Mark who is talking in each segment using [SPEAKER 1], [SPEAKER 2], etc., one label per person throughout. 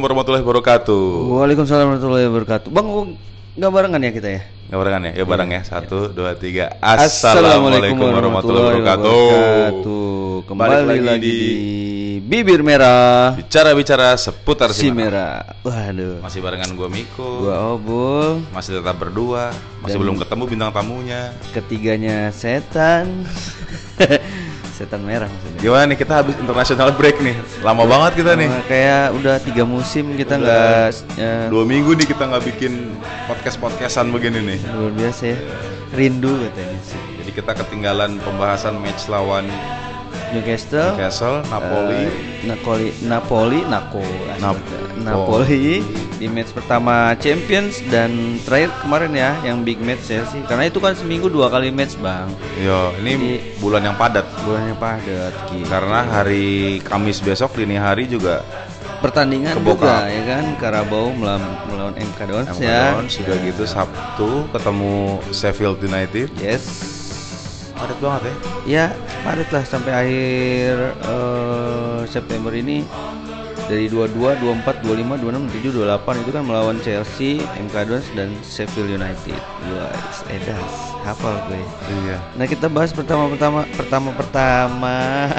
[SPEAKER 1] warahmatullahi wabarakatuh.
[SPEAKER 2] Waalaikumsalam warahmatullahi wabarakatuh. Bang, kok nggak barengan ya kita ya?
[SPEAKER 1] Nggak barengan ya? Ya bareng ya. Satu, dua, tiga.
[SPEAKER 2] Assalamualaikum warahmatullahi
[SPEAKER 1] wabarakatuh.
[SPEAKER 2] wabarakatuh. Kembali
[SPEAKER 1] Balik
[SPEAKER 2] lagi,
[SPEAKER 1] lagi
[SPEAKER 2] di...
[SPEAKER 1] di-
[SPEAKER 2] bibir merah
[SPEAKER 1] Bicara-bicara seputar si
[SPEAKER 2] si
[SPEAKER 1] Merah.
[SPEAKER 2] merah. Waduh.
[SPEAKER 1] Masih barengan gua Miko.
[SPEAKER 2] Gua obol,
[SPEAKER 1] Masih tetap berdua. Masih
[SPEAKER 2] Dan-
[SPEAKER 1] belum ketemu bintang tamunya.
[SPEAKER 2] ketiganya setan. setan merah maksudnya.
[SPEAKER 1] Gimana nih kita habis international break nih. Lama banget kita nih.
[SPEAKER 2] Nah, kayak udah tiga musim kita
[SPEAKER 1] Udah.
[SPEAKER 2] nggak eh,
[SPEAKER 1] Dua minggu nih kita nggak bikin podcast-podcastan begini nih.
[SPEAKER 2] luar biasa ya. Rindu katanya sih.
[SPEAKER 1] Jadi kita ketinggalan pembahasan match lawan
[SPEAKER 2] Newcastle,
[SPEAKER 1] Newcastle, Napoli.
[SPEAKER 2] Eh, Napoli, Napoli, Nako,
[SPEAKER 1] Nap-
[SPEAKER 2] Napoli di match pertama Champions dan terakhir kemarin ya yang big match ya sih. Karena itu kan seminggu dua kali match bang,
[SPEAKER 1] Yo, ini
[SPEAKER 2] Jadi-
[SPEAKER 1] bulan yang padat.
[SPEAKER 2] bulannya padat. Ki.
[SPEAKER 1] Karena hari Kamis besok dini hari juga
[SPEAKER 2] Pertandingan
[SPEAKER 1] Kebokap.
[SPEAKER 2] juga ya kan Karabau melawan, melawan MK Dons
[SPEAKER 1] Emang
[SPEAKER 2] ya.
[SPEAKER 1] Dons juga gitu Sabtu ketemu Sheffield United.
[SPEAKER 2] Yes.
[SPEAKER 1] Padat banget ya.
[SPEAKER 2] Ya padat lah sampai akhir eh, September ini dari 22, 24, 25, 26, 27, 28 itu kan melawan Chelsea, MK Dons dan Sheffield United. Guys, edas, hafal gue.
[SPEAKER 1] Iya.
[SPEAKER 2] Nah kita bahas pertama-pertama pertama-pertama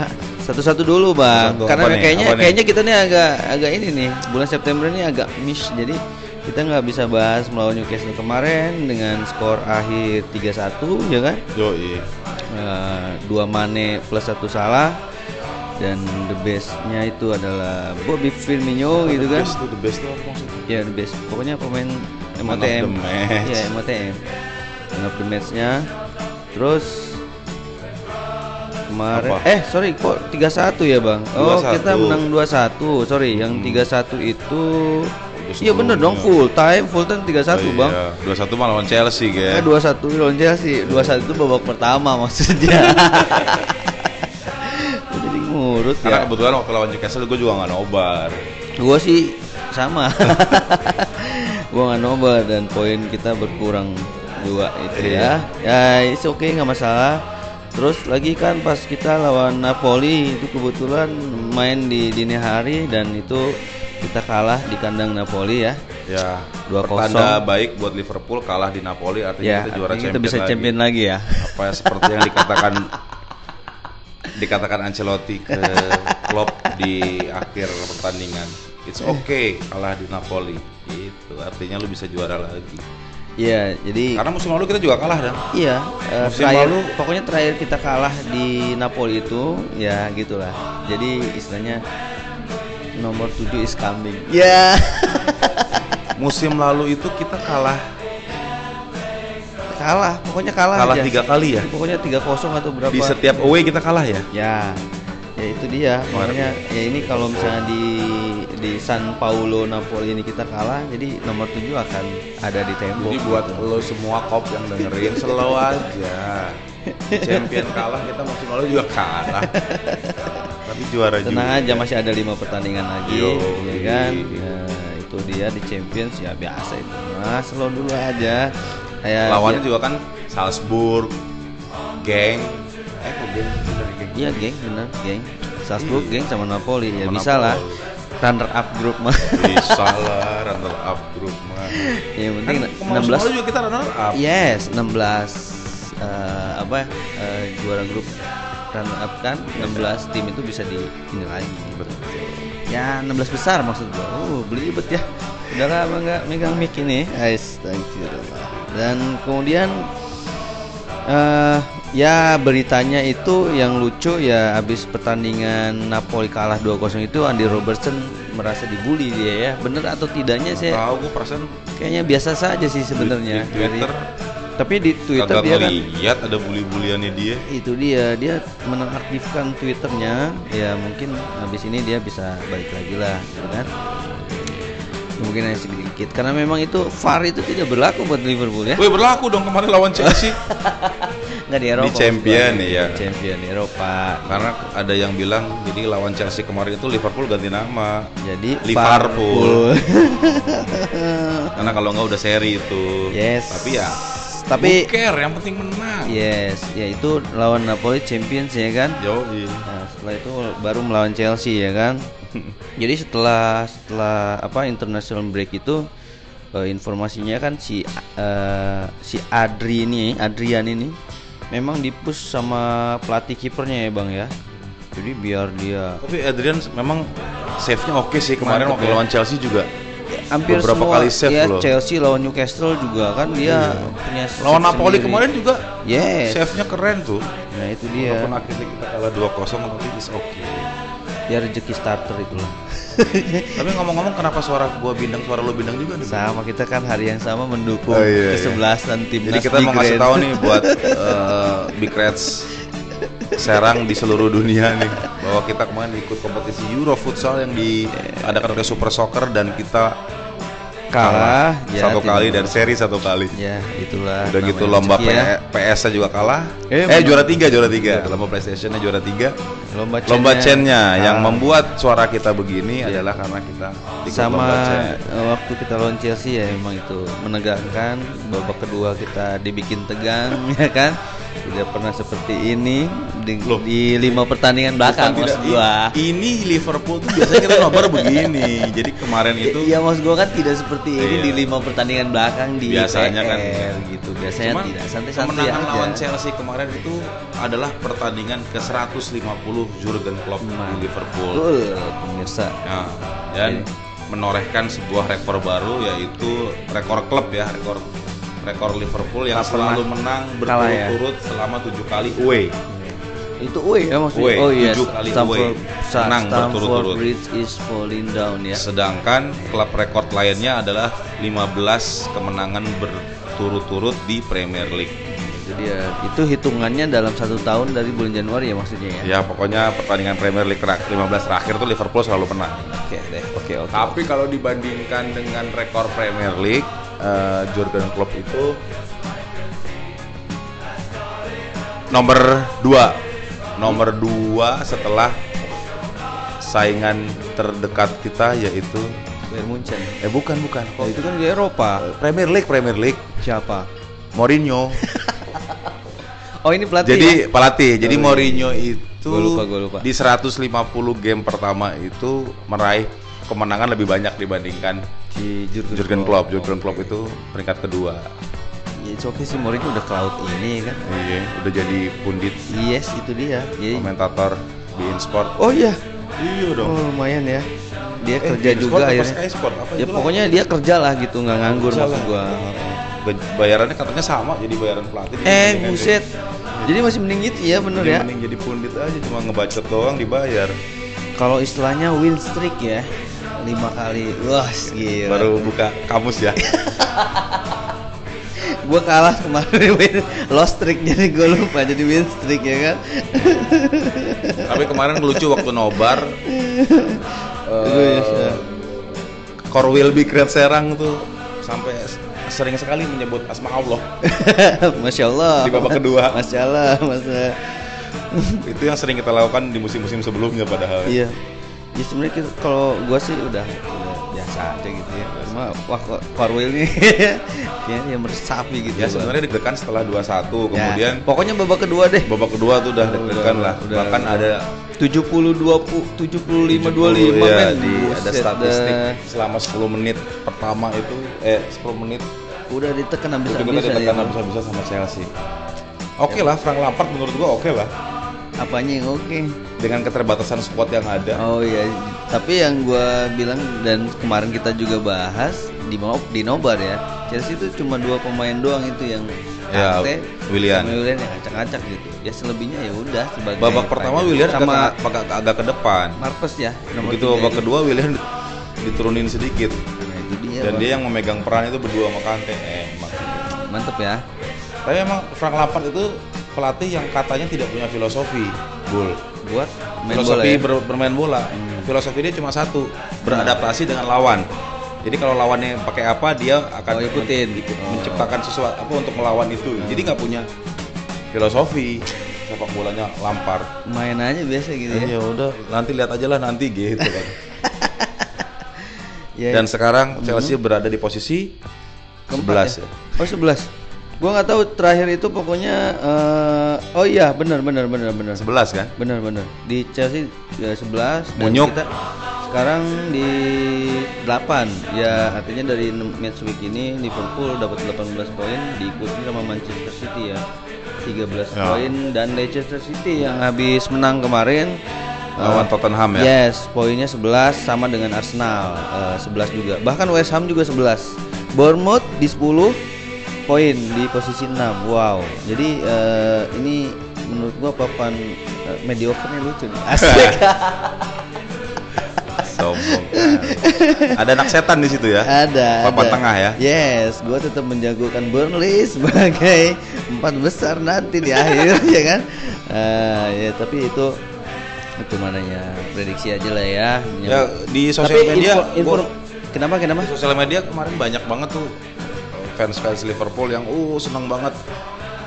[SPEAKER 2] satu-satu dulu bang,
[SPEAKER 1] Satu-satu.
[SPEAKER 2] karena
[SPEAKER 1] Apa nih?
[SPEAKER 2] kayaknya
[SPEAKER 1] Apa nih?
[SPEAKER 2] kayaknya kita nih agak agak ini nih bulan September ini agak miss jadi kita nggak bisa bahas melawan Newcastle kemarin dengan skor akhir 3-1 ya kan?
[SPEAKER 1] Yo, iya.
[SPEAKER 2] Eh, dua Mane plus satu salah dan the bestnya itu adalah Bobby Firmino gitu kan
[SPEAKER 1] Best tuh, the best tuh apa maksudnya?
[SPEAKER 2] ya the best pokoknya pemain
[SPEAKER 1] Man of the
[SPEAKER 2] MOTM
[SPEAKER 1] match.
[SPEAKER 2] ya MOTM man of the matchnya terus kemarin
[SPEAKER 1] Apa?
[SPEAKER 2] eh sorry kok 3-1 ya bang oh
[SPEAKER 1] 2-1.
[SPEAKER 2] kita menang 2-1 sorry yang 3-1 itu
[SPEAKER 1] Hmm. Udah
[SPEAKER 2] iya bener dong
[SPEAKER 1] sebelumnya.
[SPEAKER 2] full time full time 3-1
[SPEAKER 1] Oh,
[SPEAKER 2] bang
[SPEAKER 1] iya. Dua satu mah lawan Chelsea,
[SPEAKER 2] Eh,
[SPEAKER 1] guys.
[SPEAKER 2] 21 lawan Chelsea, 21 itu babak pertama maksudnya. Gua Jadi ngurut
[SPEAKER 1] Karena
[SPEAKER 2] ya.
[SPEAKER 1] kebetulan waktu lawan Newcastle gue juga nggak nobar.
[SPEAKER 2] Gua sih sama. gua nggak nomor dan poin kita berkurang dua itu ya. Ya,
[SPEAKER 1] Iya.
[SPEAKER 2] it's okay nggak masalah. Terus lagi kan pas kita lawan Napoli itu kebetulan main di dini hari dan itu kita kalah di kandang Napoli ya.
[SPEAKER 1] Ya,
[SPEAKER 2] 2-0.
[SPEAKER 1] pertanda baik buat Liverpool kalah di Napoli artinya
[SPEAKER 2] Ya,
[SPEAKER 1] kita juara
[SPEAKER 2] artinya
[SPEAKER 1] champion
[SPEAKER 2] kita bisa
[SPEAKER 1] lagi.
[SPEAKER 2] champion lagi ya.
[SPEAKER 1] Apa seperti yang dikatakan dikatakan Ancelotti ke Klopp di akhir pertandingan. It's okay kalah di Napoli. Itu artinya lu bisa juara lagi.
[SPEAKER 2] Iya, jadi
[SPEAKER 1] Karena musim lalu kita juga kalah dan
[SPEAKER 2] Iya, eh,
[SPEAKER 1] Musim
[SPEAKER 2] terakhir
[SPEAKER 1] lalu-
[SPEAKER 2] pokoknya terakhir kita kalah di Napoli itu ya gitulah. Jadi istilahnya nomor 7 is coming. Ya,
[SPEAKER 1] musim lalu itu kita kalah
[SPEAKER 2] Ya, kalah, pokoknya kalah,
[SPEAKER 1] kalah
[SPEAKER 2] aja.
[SPEAKER 1] tiga kali ya.
[SPEAKER 2] Pokoknya 3-0 atau berapa?
[SPEAKER 1] Di setiap away kita kalah ya.
[SPEAKER 2] Ya, ya itu dia. Makanya ya ini kalau misalnya di di San Paulo Napoli ini kita kalah, jadi nomor 7 akan ada di tembok.
[SPEAKER 1] Jadi buat
[SPEAKER 2] gitu.
[SPEAKER 1] lo semua kop yang dengerin slow aja. Champion kalah kita musim lalu juga kalah. Tapi juara
[SPEAKER 2] Tenang
[SPEAKER 1] juga. ya.
[SPEAKER 2] aja masih ada lima pertandingan lagi,
[SPEAKER 1] Yo,
[SPEAKER 2] ya
[SPEAKER 1] iya.
[SPEAKER 2] kan? Nah, itu dia di Champions ya biasa itu. Nah, slow dulu aja. Kayak
[SPEAKER 1] Lawannya
[SPEAKER 2] ya,
[SPEAKER 1] juga kan Salzburg, geng. Eh kok geng gitu. dari geng.
[SPEAKER 2] Iya, geng, benar, geng. Salzburg,
[SPEAKER 1] Iya.
[SPEAKER 2] geng sama Napoli ya
[SPEAKER 1] Sama
[SPEAKER 2] bisa lah. Runner up group mah.
[SPEAKER 1] Bisa lah runner up grup mah.
[SPEAKER 2] ya, yang
[SPEAKER 1] Kan
[SPEAKER 2] penting
[SPEAKER 1] kemarin musim lalu
[SPEAKER 2] 16.
[SPEAKER 1] juga kita Ah, runner up.
[SPEAKER 2] Iya. Yes, 16 eh, apa eh, juara grup runner up kan 16 tim itu bisa di ini lagi gitu. Ya 16 besar maksud gua. Oh, belibet ya. Udahlah Bang nggak megang mic ini. Guys, thank you. Dan kemudian eh ya beritanya itu yang lucu ya habis pertandingan Napoli kalah 2-0 itu Andy Robertson merasa dibully dia ya. Bener atau tidaknya
[SPEAKER 1] Nggak
[SPEAKER 2] saya
[SPEAKER 1] Tahu gue perasaan
[SPEAKER 2] kayaknya biasa saja sih sebenarnya.
[SPEAKER 1] di Twitter
[SPEAKER 2] Tapi di Twitter
[SPEAKER 1] kagak
[SPEAKER 2] dia kan
[SPEAKER 1] ngeliat ada bully-buliannya dia.
[SPEAKER 2] itu dia dia menonaktifkan twitternya ya mungkin habis ini dia bisa balik lagi lah gitu kan mungkin hanya sedikit karena memang itu VAR itu tidak berlaku buat Liverpool ya
[SPEAKER 1] Woi berlaku dong kemarin lawan Chelsea.
[SPEAKER 2] nggak di Eropa
[SPEAKER 1] champion,
[SPEAKER 2] maksudnya.
[SPEAKER 1] iya.
[SPEAKER 2] Di champion Eropa
[SPEAKER 1] Karena ada yang bilang jadi lawan Chelsea kemarin itu Liverpool ganti nama.
[SPEAKER 2] jadi
[SPEAKER 1] Liverpool. Karena kalau nggak udah seri itu.
[SPEAKER 2] yes
[SPEAKER 1] Tapi ya
[SPEAKER 2] Tapi Iya.
[SPEAKER 1] Who care, yang penting menang.
[SPEAKER 2] yes, yaitu lawan Napoli Champions ya kan.
[SPEAKER 1] Yo, iya.
[SPEAKER 2] Nah, setelah itu baru melawan Chelsea ya kan. Jadi setelah setelah apa international break itu eh, informasinya kan si eh, si Adri ini, Adrian ini memang dipus sama pelatih kipernya ya Bang ya. Jadi biar dia
[SPEAKER 1] Tapi Adrian memang save-nya oke sih kemarin
[SPEAKER 2] Mantep
[SPEAKER 1] waktu
[SPEAKER 2] ya.
[SPEAKER 1] lawan Chelsea juga.
[SPEAKER 2] hampir
[SPEAKER 1] Beberapa
[SPEAKER 2] semua
[SPEAKER 1] kali save
[SPEAKER 2] ya,
[SPEAKER 1] loh.
[SPEAKER 2] Chelsea lawan Newcastle juga kan dia punya save
[SPEAKER 1] Lawan Napoli
[SPEAKER 2] sendiri.
[SPEAKER 1] kemarin juga
[SPEAKER 2] Yes.
[SPEAKER 1] save-nya keren tuh.
[SPEAKER 2] Nah, itu dia.
[SPEAKER 1] Walaupun akhirnya kita kalah 2-0 tapi it's okay.
[SPEAKER 2] Dia rezeki starter itulah.
[SPEAKER 1] Tapi ngomong-ngomong kenapa suara gua bintang, suara lo bintang juga nih?
[SPEAKER 2] sama kita kan hari yang sama
[SPEAKER 1] Oh,
[SPEAKER 2] mendukung
[SPEAKER 1] iya, iya.
[SPEAKER 2] kesebelasan timnas
[SPEAKER 1] Jadi kita
[SPEAKER 2] Big
[SPEAKER 1] mau ngasih
[SPEAKER 2] Red.
[SPEAKER 1] tahu nih buat eh, Big Reds Serang di seluruh dunia nih bahwa kita kemarin ikut kompetisi Euro Futsal yang diadakan oleh Super Soccer dan kita
[SPEAKER 2] kalah ya,
[SPEAKER 1] satu
[SPEAKER 2] tidak-
[SPEAKER 1] kali dan seri satu kali.
[SPEAKER 2] ya itulah
[SPEAKER 1] Udah gitu
[SPEAKER 2] namanya
[SPEAKER 1] lomba
[SPEAKER 2] rezeki ya.
[SPEAKER 1] PS-nya juga kalah.
[SPEAKER 2] Eh, Iya.
[SPEAKER 1] Eh, juara tiga, juara tiga. Lomba PlayStation-nya juara tiga.
[SPEAKER 2] lomba Ah, chain
[SPEAKER 1] Lomba chain-nya yang membuat suara kita begini adalah karena kita ikut
[SPEAKER 2] Iya. sama
[SPEAKER 1] lomba chain.
[SPEAKER 2] eh, waktu kita lawan Chelsea ya emang itu menegangkan babak kedua kita dibikin tegang ya kan tidak pernah seperti ini di,
[SPEAKER 1] Loh.
[SPEAKER 2] di lima pertandingan
[SPEAKER 1] Bukan
[SPEAKER 2] belakang
[SPEAKER 1] tidak-
[SPEAKER 2] maksud gua
[SPEAKER 1] Ini Liverpool tuh biasanya kita nobar begini. Jadi kemarin itu
[SPEAKER 2] Iya maksud gua kan tidak seperti ini
[SPEAKER 1] gitu. Iya.
[SPEAKER 2] di lima pertandingan belakang di
[SPEAKER 1] Biasanya
[SPEAKER 2] PR,
[SPEAKER 1] kan.
[SPEAKER 2] gitu biasanya
[SPEAKER 1] Cuman
[SPEAKER 2] tidak santai-santai
[SPEAKER 1] kemenangan
[SPEAKER 2] aja.
[SPEAKER 1] lawan Chelsea kemarin itu adalah pertandingan ke-150 Jurgen Klopp
[SPEAKER 2] Mantap.
[SPEAKER 1] di Liverpool.
[SPEAKER 2] Betul, Iya. pemirsa.
[SPEAKER 1] Ya, dan menorehkan sebuah rekor baru yaitu rekor klub ya, rekor rekor Liverpool yang
[SPEAKER 2] Tak pernah
[SPEAKER 1] selalu menang
[SPEAKER 2] kalah ya.
[SPEAKER 1] berturut-turut selama tujuh kali away.
[SPEAKER 2] Iya. Itu Uwe ya maksudnya.
[SPEAKER 1] Uwe,
[SPEAKER 2] oh iya,
[SPEAKER 1] E, tujuh kali
[SPEAKER 2] Stamford,
[SPEAKER 1] Uwe.
[SPEAKER 2] Sa-
[SPEAKER 1] Menang
[SPEAKER 2] Stamford
[SPEAKER 1] berturut-turut.
[SPEAKER 2] Bridge is falling down ya.
[SPEAKER 1] Sedangkan klub rekor lainnya adalah 15 kemenangan berturut-turut di Premier League.
[SPEAKER 2] Jadi ya, itu hitungannya dalam satu tahun dari bulan Januari ya maksudnya ya.
[SPEAKER 1] Ya pokoknya pertandingan Premier League terak- 15 terakhir tuh Liverpool selalu menang.
[SPEAKER 2] Oke deh, oke oke.
[SPEAKER 1] Tapi kalau dibandingkan dengan rekor Premier League, eh, Jurgen Klopp itu nomor 2. Nomor 2 setelah saingan terdekat kita yaitu
[SPEAKER 2] Bayern Munchen.
[SPEAKER 1] eh bukan bukan
[SPEAKER 2] Oh,
[SPEAKER 1] kok
[SPEAKER 2] itu kan di Eropa.
[SPEAKER 1] Premier League Premier League
[SPEAKER 2] Siapa?
[SPEAKER 1] Mourinho.
[SPEAKER 2] Oh ini pelatih.
[SPEAKER 1] jadi
[SPEAKER 2] ya?
[SPEAKER 1] pelatih. Jadi
[SPEAKER 2] Oh, iya.
[SPEAKER 1] Mourinho itu
[SPEAKER 2] Gua lupa, gua lupa.
[SPEAKER 1] di 150 game pertama itu meraih kemenangan lebih banyak dibandingkan
[SPEAKER 2] si Jurgen,
[SPEAKER 1] Jurgen Klopp. Jurgen Klopp itu peringkat kedua.
[SPEAKER 2] Ya, it's okay sih Mourinho udah cloud ini ya kan.
[SPEAKER 1] Iya, udah jadi pundit
[SPEAKER 2] Yes, itu dia. Jadi,
[SPEAKER 1] komentator di InSport.
[SPEAKER 2] oh iya.
[SPEAKER 1] Iya
[SPEAKER 2] Oh, lumayan ya.
[SPEAKER 1] Eh,
[SPEAKER 2] Dia kerja
[SPEAKER 1] di InSport
[SPEAKER 2] juga
[SPEAKER 1] apa
[SPEAKER 2] akhirnya.
[SPEAKER 1] Sky Sport? Apa
[SPEAKER 2] Ya
[SPEAKER 1] itulah?
[SPEAKER 2] pokoknya dia kerja lah gitu, nggak nganggur
[SPEAKER 1] Kerja
[SPEAKER 2] maksud
[SPEAKER 1] lah.
[SPEAKER 2] gua.
[SPEAKER 1] Ba- bayarannya katanya sama jadi bayaran pelatih.
[SPEAKER 2] Eh
[SPEAKER 1] Jadi-
[SPEAKER 2] buset. Jadi masih mending itu ya bener
[SPEAKER 1] Jadi
[SPEAKER 2] ya.
[SPEAKER 1] mending jadi pundit aja cuma ngebacot doang dibayar.
[SPEAKER 2] Kalau istilahnya win streak ya. Lima kali. Wah, gila.
[SPEAKER 1] Baru buka kamus ya.
[SPEAKER 2] gua kalah kemarin win lost streak jadi gua lupa jadi win streak ya kan.
[SPEAKER 1] Tapi kemarin lucu waktu nobar.
[SPEAKER 2] Aduh, ya, ya.
[SPEAKER 1] eh Korwil Bikret Serang tuh sampai s- sering sekali menyebut asma Allah.
[SPEAKER 2] Masya Allah.
[SPEAKER 1] Di babak kedua.
[SPEAKER 2] Masya Allah, Masya
[SPEAKER 1] Itu yang sering kita lakukan di musim-musim sebelumnya padahal.
[SPEAKER 2] Iya. Ya sebenarnya kita- kalau gua sih udah, udah biasa aja gitu ya. Cuma wah kok Corwell ini kayaknya yang meresapi gitu.
[SPEAKER 1] Ya
[SPEAKER 2] gua.
[SPEAKER 1] sebenarnya deg-degan setelah 2-1
[SPEAKER 2] Ya,
[SPEAKER 1] kemudian
[SPEAKER 2] pokoknya babak kedua deh.
[SPEAKER 1] babak kedua tuh udah
[SPEAKER 2] Udah,
[SPEAKER 1] deg-degan
[SPEAKER 2] udah,
[SPEAKER 1] lah.
[SPEAKER 2] Ya. udah,
[SPEAKER 1] Bahkan
[SPEAKER 2] udah.
[SPEAKER 1] ada
[SPEAKER 2] 70 20
[SPEAKER 1] ya,
[SPEAKER 2] 75 25 men.
[SPEAKER 1] di, ada
[SPEAKER 2] Buset
[SPEAKER 1] statistik
[SPEAKER 2] dah.
[SPEAKER 1] selama 10 menit pertama itu eh 10 menit
[SPEAKER 2] Udah ditekan
[SPEAKER 1] itu
[SPEAKER 2] habis
[SPEAKER 1] kita
[SPEAKER 2] habisan ya?
[SPEAKER 1] ditekan habis-habisan sama Chelsea. Oke lah Frank Lampard menurut gua oke lah
[SPEAKER 2] Apanya yang oke?
[SPEAKER 1] dengan keterbatasan squad yang ada.
[SPEAKER 2] Oh iya, tapi yang gua bilang dan kemarin kita juga bahas di Mo- di Nobar ya. Chelsea itu cuma dua pemain doang itu yang
[SPEAKER 1] Ya,
[SPEAKER 2] Kante
[SPEAKER 1] Willian.
[SPEAKER 2] sama Willian yang acak-acak gitu. Ya selebihnya ya udah sebagai
[SPEAKER 1] Babak pertama
[SPEAKER 2] pemain.
[SPEAKER 1] Willian
[SPEAKER 2] sama
[SPEAKER 1] agak, agak, agak ke depan.
[SPEAKER 2] Marcus ya. nomor
[SPEAKER 1] Begitu
[SPEAKER 2] tiga
[SPEAKER 1] babak
[SPEAKER 2] itu.
[SPEAKER 1] kedua Willian diturunin sedikit
[SPEAKER 2] Nah, itu dia.
[SPEAKER 1] dan
[SPEAKER 2] Bang.
[SPEAKER 1] dia yang memegang peran itu berdua sama Kante. Emang.
[SPEAKER 2] mantep ya.
[SPEAKER 1] Tapi emang Frank Lampard itu pelatih yang katanya tidak punya filosofi. Bull.
[SPEAKER 2] Buat main bola
[SPEAKER 1] filosofi
[SPEAKER 2] ya. Hmm.
[SPEAKER 1] ber- bermain bola. Filosofi dia cuma satu, beradaptasi dengan lawan. Jadi kalau lawannya pakai apa dia akan
[SPEAKER 2] Oh, Hmm. ikutin.
[SPEAKER 1] men- ikut-
[SPEAKER 2] Oh.
[SPEAKER 1] menciptakan sesuatu apa untuk melawan itu. Jadi nggak punya filosofi sepak bolanya Lampard.
[SPEAKER 2] Main aja biasa gitu ya.
[SPEAKER 1] Ya udah, nanti lihat aja lah nanti gitu kan.
[SPEAKER 2] Ya,
[SPEAKER 1] Dan sekarang Chelsea berada di posisi
[SPEAKER 2] Iya, Mhm. keempat
[SPEAKER 1] 11 ya.
[SPEAKER 2] Oh 11. Gua nggak tahu terakhir itu pokoknya eh, oh iya benar benar benar benar.
[SPEAKER 1] 11 kan?
[SPEAKER 2] Benar benar. Di Chelsea ya, 11 dan
[SPEAKER 1] Munyuk.
[SPEAKER 2] kita sekarang di 8. Ya artinya dari enam match week ini Liverpool dapat 18 poin diikuti sama Manchester City ya. 13
[SPEAKER 1] Ya.
[SPEAKER 2] poin dan Leicester City yang habis menang kemarin
[SPEAKER 1] Lawan
[SPEAKER 2] eh,
[SPEAKER 1] Tottenham ya.
[SPEAKER 2] Yes, poinnya 11 sama dengan Arsenal eh, 11 juga. Bahkan West Ham juga 11. Bournemouth di 10 poin di posisi 6. Wow. Jadi eh, ini menurut gua papan eh, mediocre-nya lucu nih. Asik.
[SPEAKER 1] Sombong. kali. Ada anak setan di situ ya.
[SPEAKER 2] ada.
[SPEAKER 1] Papan
[SPEAKER 2] ada.
[SPEAKER 1] tengah ya?
[SPEAKER 2] Yes, gua tetap menjagokan Burnley sebagai empat besar nanti di akhir ya kan. Eh, ya tapi itu cuma hanya prediksi aja lah ya.
[SPEAKER 1] Ya di sosial
[SPEAKER 2] Tapi
[SPEAKER 1] media
[SPEAKER 2] info- info-
[SPEAKER 1] gua-
[SPEAKER 2] kenapa kenapa?
[SPEAKER 1] Di sosial media kemarin banyak banget tuh fans-fans Liverpool yang uh senang banget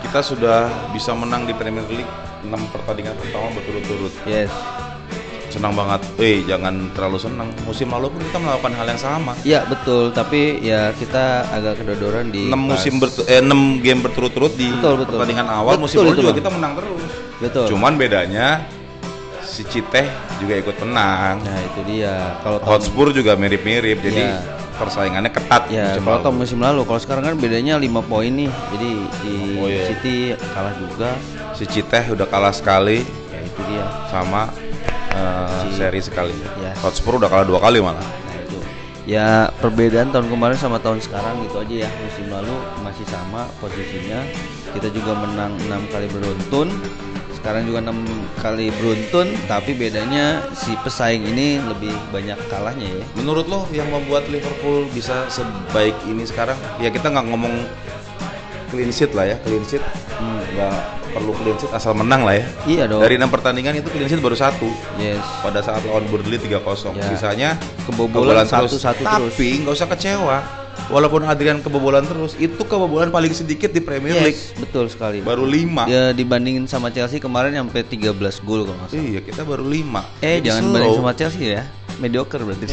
[SPEAKER 1] kita sudah bisa menang di Premier League 6 pertandingan pertama berturut-turut.
[SPEAKER 2] Yes.
[SPEAKER 1] Senang banget. Eh, jangan terlalu senang. Musim lalu pun kita melakukan hal yang sama.
[SPEAKER 2] Ya betul, tapi ya kita agak kedodoran di
[SPEAKER 1] 6 musim
[SPEAKER 2] pas.
[SPEAKER 1] bertu- eh, 6 game berturut-turut di
[SPEAKER 2] Betul, betul.
[SPEAKER 1] pertandingan awal
[SPEAKER 2] Betul,
[SPEAKER 1] musim lalu
[SPEAKER 2] itu,
[SPEAKER 1] juga
[SPEAKER 2] Bang.
[SPEAKER 1] kita menang terus.
[SPEAKER 2] Betul.
[SPEAKER 1] Cuman bedanya si Citeh juga ikut menang.
[SPEAKER 2] Nah, itu dia. Kalau tahun
[SPEAKER 1] Hotspur juga mirip-mirip. Jadi
[SPEAKER 2] Iya.
[SPEAKER 1] persaingannya ketat
[SPEAKER 2] ya
[SPEAKER 1] musim
[SPEAKER 2] kalau
[SPEAKER 1] lalu.
[SPEAKER 2] tahun musim lalu, kalau sekarang kan bedanya 5 poin nih. Jadi di
[SPEAKER 1] Oh, iya.
[SPEAKER 2] City kalah juga.
[SPEAKER 1] Si Citeh udah kalah sekali
[SPEAKER 2] Ya itu dia.
[SPEAKER 1] sama eh,
[SPEAKER 2] Si-
[SPEAKER 1] seri sekali.
[SPEAKER 2] Iya.
[SPEAKER 1] Hotspur udah kalah dua kali malah.
[SPEAKER 2] Nah, itu. Ya perbedaan tahun kemarin sama tahun sekarang gitu aja ya. Musim lalu masih sama posisinya. Kita juga menang 6 kali beruntun. Sekarang juga 6 kali beruntun, tapi bedanya si pesaing ini lebih banyak kalahnya ya.
[SPEAKER 1] Menurut lo yang membuat Liverpool bisa sebaik ini sekarang? Ya kita nggak ngomong clean sheet lah ya, clean sheet
[SPEAKER 2] Hmm.
[SPEAKER 1] nggak perlu clean sheet asal menang lah ya.
[SPEAKER 2] Iya dong.
[SPEAKER 1] Dari enam pertandingan itu clean sheet baru satu
[SPEAKER 2] Yes.
[SPEAKER 1] pada saat lawan Burnley 3-0.
[SPEAKER 2] Ya.
[SPEAKER 1] Sisanya kebobolan
[SPEAKER 2] Kebobolan
[SPEAKER 1] terus.
[SPEAKER 2] satu-satu terus.
[SPEAKER 1] Tapi nggak usah kecewa. Walaupun Adrian kebobolan terus, itu kebobolan paling sedikit di Premier League.
[SPEAKER 2] Yes, betul sekali.
[SPEAKER 1] Baru 5.
[SPEAKER 2] Ya dibandingin sama Chelsea kemarin sampai 13 gol kalau nggak salah.
[SPEAKER 1] Iya, kita baru 5.
[SPEAKER 2] Eh jangan banding sama Chelsea ya. Mediocre berarti.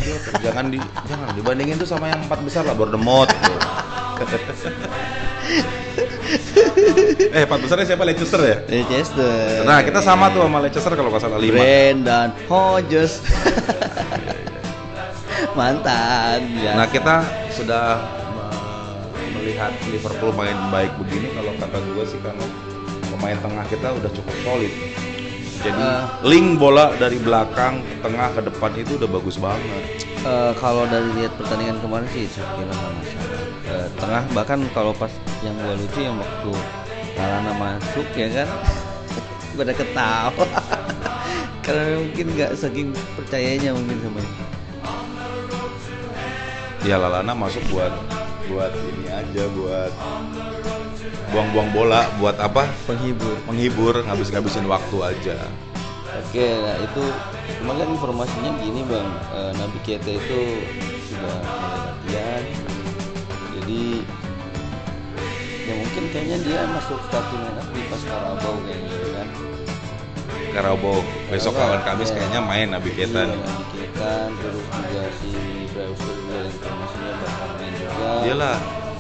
[SPEAKER 1] jangan di jangan dibandingin tuh sama yang empat besar lah Bournemouth tuh. eh empat besarnya siapa Leicester ya
[SPEAKER 2] Leicester.
[SPEAKER 1] nah kita sama tuh sama Leicester kalau nggak salah lima
[SPEAKER 2] Brendan Hodges. Mantan ya.
[SPEAKER 1] nah kita sudah me- melihat Liverpool main baik begini kalau kata gue sih karena pemain tengah kita udah cukup solid jadi
[SPEAKER 2] Eh.
[SPEAKER 1] link bola dari belakang ke tengah ke depan itu udah bagus banget
[SPEAKER 2] Eh, kalau dari lihat pertandingan kemarin sih saya kira nggak masalah. Eh, tengah bahkan kalau pas yang gua lucu yang waktu Lallana masuk ya kan gua ada ketawa karena mungkin nggak saking percayanya mungkin sama dia.
[SPEAKER 1] ya Lalana masuk buat buat ini aja buat buang-buang bola buat apa
[SPEAKER 2] penghibur
[SPEAKER 1] menghibur ngabis-ngabisin waktu aja
[SPEAKER 2] oke nah itu cuma kan informasinya gini bang eh, Nabi Kete itu sudah mulai latihan jadi ya mungkin kayaknya dia masuk starting lineup di pas Karabau kayaknya ya kan
[SPEAKER 1] Karabau besok lawan Kamis kayaknya main Nabi Keita
[SPEAKER 2] Iya,
[SPEAKER 1] nih
[SPEAKER 2] Nabi Ketan, terus juga si Brewster juga yang informasinya bakal main juga.
[SPEAKER 1] iyalah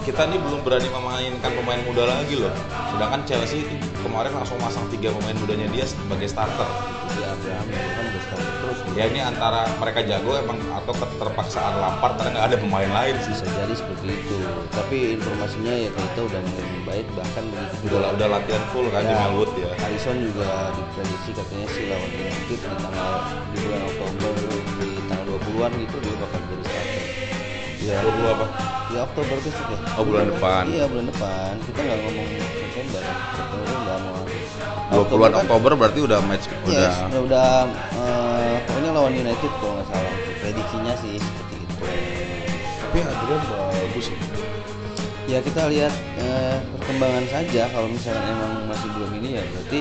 [SPEAKER 1] kita nih belum berani memainkan pemain muda lagi loh sedangkan Chelsea itu kemarin langsung masang tiga pemain mudanya dia sebagai starter
[SPEAKER 2] Si Abraham itu kan udah start terus
[SPEAKER 1] ya
[SPEAKER 2] ya.
[SPEAKER 1] ini antara mereka jago emang atau keterpaksaan lapar karena nggak ada pemain lain sih
[SPEAKER 2] bisa jadi seperti itu. Tapi informasinya ya kita udah mulai membaik bahkan begitu juga
[SPEAKER 1] udah udah latihan full kan di
[SPEAKER 2] Ya.
[SPEAKER 1] Melwood ya
[SPEAKER 2] Harrison juga diprediksi katanya sih lawan United di tanggal di bulan Oktober di tanggal 20-an gitu dia bakal jadi
[SPEAKER 1] Iya,
[SPEAKER 2] starter. Ya,
[SPEAKER 1] Perlu apa
[SPEAKER 2] Ya Oktober besok ya.
[SPEAKER 1] Oh, bulan depan.
[SPEAKER 2] Iya bulan depan. Kita nggak ngomong September. September nggak mau.
[SPEAKER 1] 20-an
[SPEAKER 2] kan-
[SPEAKER 1] Oktober berarti udah match
[SPEAKER 2] Yes,
[SPEAKER 1] udah
[SPEAKER 2] udah, eh, pokoknya lawan United kalau nggak salah. Prediksinya sih seperti itu.
[SPEAKER 1] tapi Adrian bagus
[SPEAKER 2] Ya kita lihat eh, perkembangan saja. Kalau misalkan emang masih belum ini ya berarti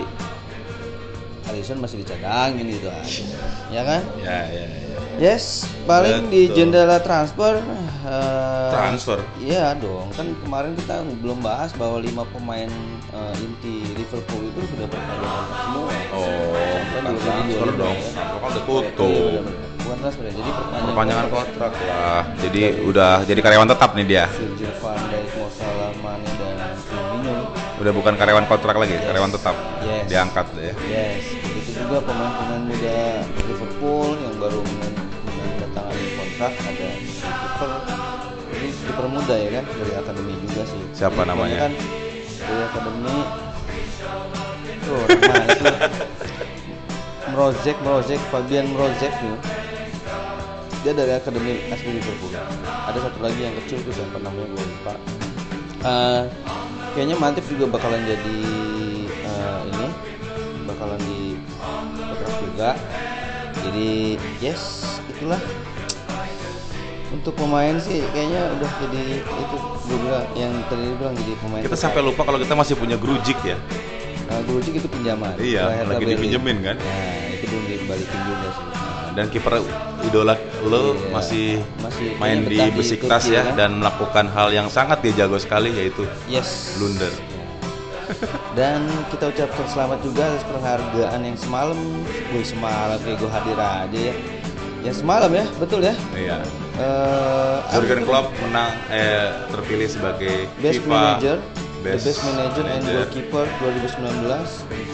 [SPEAKER 2] Alisson masih dicadangin gitu aja. Ya kan?
[SPEAKER 1] ya ya ya
[SPEAKER 2] Yes, paling di
[SPEAKER 1] Betul.
[SPEAKER 2] jendela transfer. eh,
[SPEAKER 1] transfer
[SPEAKER 2] Iya dong, kan kemarin kita belum bahas bahwa lima pemain eh, inti Liverpool itu sudah berpindah kontrak semua.
[SPEAKER 1] Oh,
[SPEAKER 2] Sampai
[SPEAKER 1] bukan
[SPEAKER 2] 2025
[SPEAKER 1] transfer
[SPEAKER 2] ya.
[SPEAKER 1] dong. Transfer kan udah
[SPEAKER 2] Iya,
[SPEAKER 1] tutup.
[SPEAKER 2] benar-benar. Bukan transfer ya, jadi perpanjangan.
[SPEAKER 1] Perpanjangan kontrak ya. lah. Jadi udah jadi karyawan tetap nih dia.
[SPEAKER 2] Virgil van Dijk, Mo Salah, Mane dan Firmino
[SPEAKER 1] Udah bukan karyawan kontrak lagi, karyawan tetap.
[SPEAKER 2] Yes.
[SPEAKER 1] Diangkat ya.
[SPEAKER 2] Yes, begitu juga pemain-pemain muda Liverpool yang baru men- menandatangani kontrak ada si kiper ini kiper muda ya kan dari akademi juga sih.
[SPEAKER 1] Siapa
[SPEAKER 2] Jadi
[SPEAKER 1] namanya?
[SPEAKER 2] kebanyakan dari akademi tuh nama itu Mrozek Mrozek Fabian Mrozek nih dia dari akademi SB Liverpool ada satu lagi yang kecil tuh siapa namanya gue lupa Eh, kayaknya Mantip juga bakalan jadi eh, ini bakalan di kontrak juga jadi yes itulah untuk pemain sih kayaknya udah jadi itu gue bilang yang tadi bilang jadi pemain
[SPEAKER 1] Kita sampai lupa kalau kita masih punya Grujic ya.
[SPEAKER 2] Nah, Gurucik itu pinjaman.
[SPEAKER 1] Iya,
[SPEAKER 2] Hertha
[SPEAKER 1] lagi
[SPEAKER 2] Berlin.
[SPEAKER 1] dipinjemin kan?
[SPEAKER 2] Nah, itu belum dibalikin juga sih.
[SPEAKER 1] Nah, Dan kiper idola lo
[SPEAKER 2] Iya.
[SPEAKER 1] masih,
[SPEAKER 2] Masih
[SPEAKER 1] main
[SPEAKER 2] punya
[SPEAKER 1] di
[SPEAKER 2] betah di
[SPEAKER 1] Besiktas
[SPEAKER 2] Turki,
[SPEAKER 1] ya
[SPEAKER 2] kan?
[SPEAKER 1] dan melakukan hal yang sangat dia jago sekali yaitu
[SPEAKER 2] Yes.
[SPEAKER 1] Blunder.
[SPEAKER 2] Ya. Dan kita ucapkan selamat juga atas penghargaan yang semalam. Gue semalam kayak gue hadir aja ya. Ya semalam ya, betul ya.
[SPEAKER 1] Iya.
[SPEAKER 2] Eh,
[SPEAKER 1] Jurgen
[SPEAKER 2] apa-
[SPEAKER 1] Klopp menang eh, terpilih sebagai
[SPEAKER 2] Best
[SPEAKER 1] FIFA
[SPEAKER 2] Manager,
[SPEAKER 1] Best,
[SPEAKER 2] The Best Manager, and
[SPEAKER 1] Manager.
[SPEAKER 2] Goalkeeper 2019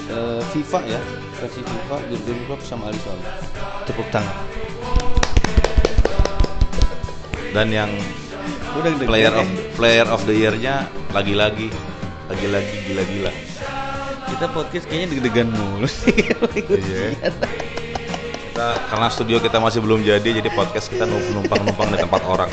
[SPEAKER 2] eh, FIFA ya, versi FIFA Jurgen Klopp sama Alisson. Tepuk tangan.
[SPEAKER 1] dan yang
[SPEAKER 2] Gue udah deg-degan,
[SPEAKER 1] player of
[SPEAKER 2] eh.
[SPEAKER 1] player of the year-nya lagi-lagi lagi-lagi gila-gila.
[SPEAKER 2] kita podcast kayaknya deg-degan mulu sih
[SPEAKER 1] Iya. Kita karena studio kita masih belum jadi jadi podcast kita numpang-numpang di tempat orang.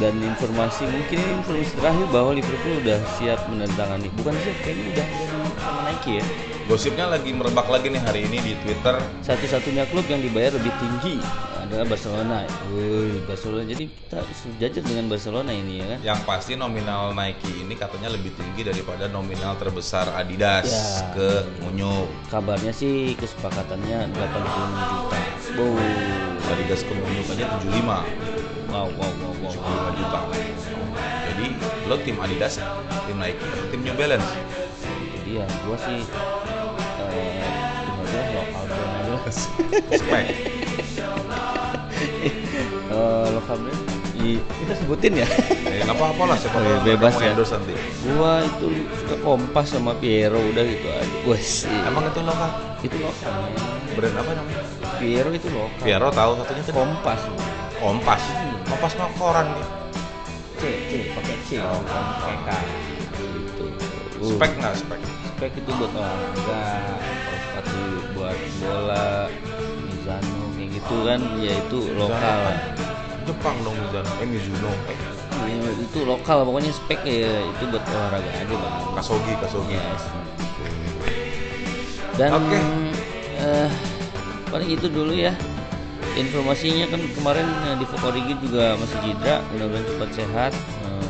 [SPEAKER 2] dan informasi mungkin ini informasi terakhir bahwa Liverpool udah siap menandatangani bukan siap kayaknya udah dari sama Nike ya
[SPEAKER 1] Gosipnya lagi merebak lagi nih hari ini di Twitter.
[SPEAKER 2] satu-satunya klub yang dibayar lebih tinggi adalah Barcelona Woi, Barcelona jadi kita sejajar dengan Barcelona ini ya kan
[SPEAKER 1] Yang pasti nominal Nike ini katanya lebih tinggi daripada nominal terbesar Adidas
[SPEAKER 2] Ya.
[SPEAKER 1] ke Munyo.
[SPEAKER 2] kabarnya sih kesepakatannya 80 juta wow
[SPEAKER 1] Adidas ke Munyo aja 75.
[SPEAKER 2] wow wow wow wow, wow.
[SPEAKER 1] 75 juta. Jadi lo tim Adidas, tim Nike, tim New Balance.
[SPEAKER 2] jadi ya gua sih eh, gimana ya, lokal brand aja lah.
[SPEAKER 1] Spek.
[SPEAKER 2] Eh, lokal brand i- kita sebutin ya
[SPEAKER 1] Eh, nggak apa-apa lah siapa
[SPEAKER 2] Oh, iya,
[SPEAKER 1] tahu
[SPEAKER 2] bebas
[SPEAKER 1] kamu
[SPEAKER 2] ya.
[SPEAKER 1] endorse nanti.
[SPEAKER 2] gua itu suka kompas sama Piero udah gitu aja gue sih
[SPEAKER 1] Emang itu lokal?
[SPEAKER 2] itu lokal men.
[SPEAKER 1] Brand apa namanya?
[SPEAKER 2] Piero itu lokal
[SPEAKER 1] Piero tahu satunya itu
[SPEAKER 2] kompas men.
[SPEAKER 1] Kompas.
[SPEAKER 2] Hmm.
[SPEAKER 1] Kompas mah koran nih.
[SPEAKER 2] C C pakai C
[SPEAKER 1] Oh, kompas.
[SPEAKER 2] pakai K gitu Uh,
[SPEAKER 1] Spek nggak spek?
[SPEAKER 2] spek itu buat olahraga kalau sepatu buat bola Mizano kayak gitu kan ya itu lokal
[SPEAKER 1] Mizuno. Jepang dong Mizuno. Eh Mizuno. Eh,
[SPEAKER 2] Ya, itu lokal pokoknya spek ya itu buat olahraga aja bang
[SPEAKER 1] Kasogi, Kasogi.
[SPEAKER 2] Yes. Dan
[SPEAKER 1] Oke.
[SPEAKER 2] eh, paling itu dulu ya. Informasinya kan kemarin eh, di Fokorigi juga masih jidra, mudah-mudahan cepat sehat. Eh,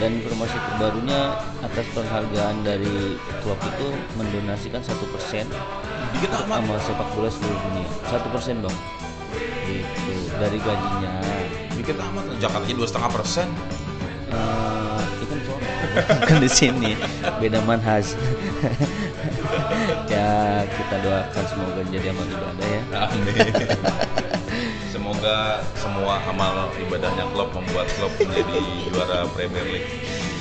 [SPEAKER 2] dan informasi terbarunya atas penghargaan dari klub itu mendonasikan satu persen
[SPEAKER 1] Dikit amat.
[SPEAKER 2] sama sepak bola seluruh dunia. Satu persen bang. Gitu dari gajinya.
[SPEAKER 1] Dikit amat. Jakarta dua setengah persen.
[SPEAKER 2] Eh, itu kan di sono, bukan di sini beda manhaj ya kita doakan semoga jadi amal ibadah ya
[SPEAKER 1] Amin. Semoga semua amal ibadahnya klub membuat klub menjadi juara Premier League,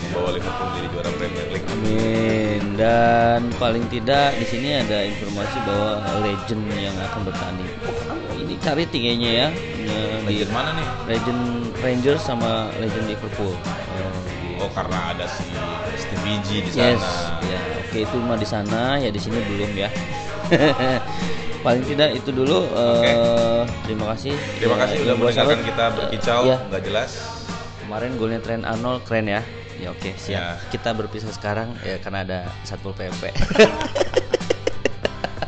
[SPEAKER 1] membawa Liverpool menjadi juara Premier League.
[SPEAKER 2] amin dan paling tidak di sini ada informasi bahwa legend yang akan bertanding oh, ini charity kayaknya ya Yang di
[SPEAKER 1] Legend mana nih?
[SPEAKER 2] legend Rangers sama legend Liverpool Oh, gitu.
[SPEAKER 1] Oh karena ada si Stevie G di sana.
[SPEAKER 2] Yes, ya oke itu mah di sana ya di sini belum ya. Paling tidak itu dulu.
[SPEAKER 1] Oke.
[SPEAKER 2] eh, terima kasih.
[SPEAKER 1] Terima
[SPEAKER 2] Ya,
[SPEAKER 1] kasih
[SPEAKER 2] yang
[SPEAKER 1] sudah
[SPEAKER 2] gua
[SPEAKER 1] mendengarkan
[SPEAKER 2] salut,
[SPEAKER 1] kita
[SPEAKER 2] eh,
[SPEAKER 1] berkicau,
[SPEAKER 2] ya,
[SPEAKER 1] nggak jelas.
[SPEAKER 2] kemarin golnya tren Arnold keren ya. Ya oke siap.
[SPEAKER 1] Ya.
[SPEAKER 2] Kita berpisah sekarang ya karena ada satpol pp.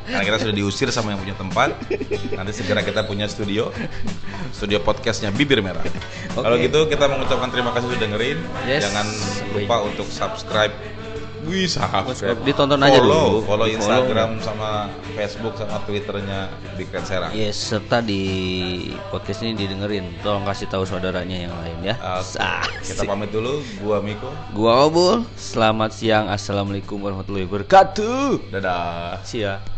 [SPEAKER 1] Karena kita sudah diusir sama yang punya tempat. Nanti segera kita punya studio, studio podcastnya Bibir Merah.
[SPEAKER 2] Oke.
[SPEAKER 1] Kalau gitu kita mengucapkan terima kasih sudah dengerin.
[SPEAKER 2] Yes.
[SPEAKER 1] Jangan lupa untuk subscribe. Wih, subscribe.
[SPEAKER 2] Ditonton
[SPEAKER 1] Follow,
[SPEAKER 2] aja dulu.
[SPEAKER 1] Follow
[SPEAKER 2] Di-follow.
[SPEAKER 1] Instagram sama Facebook sama Twitternya Big Red Serang.
[SPEAKER 2] yes serta di podcast ini didengerin. Tolong kasih tahu saudaranya yang lain ya.
[SPEAKER 1] Uh,
[SPEAKER 2] Ah,
[SPEAKER 1] kita pamit dulu. Gua Miko.
[SPEAKER 2] Gua Obul. Selamat siang. Assalamualaikum warahmatullahi wabarakatuh.
[SPEAKER 1] Dadah.
[SPEAKER 2] See ya.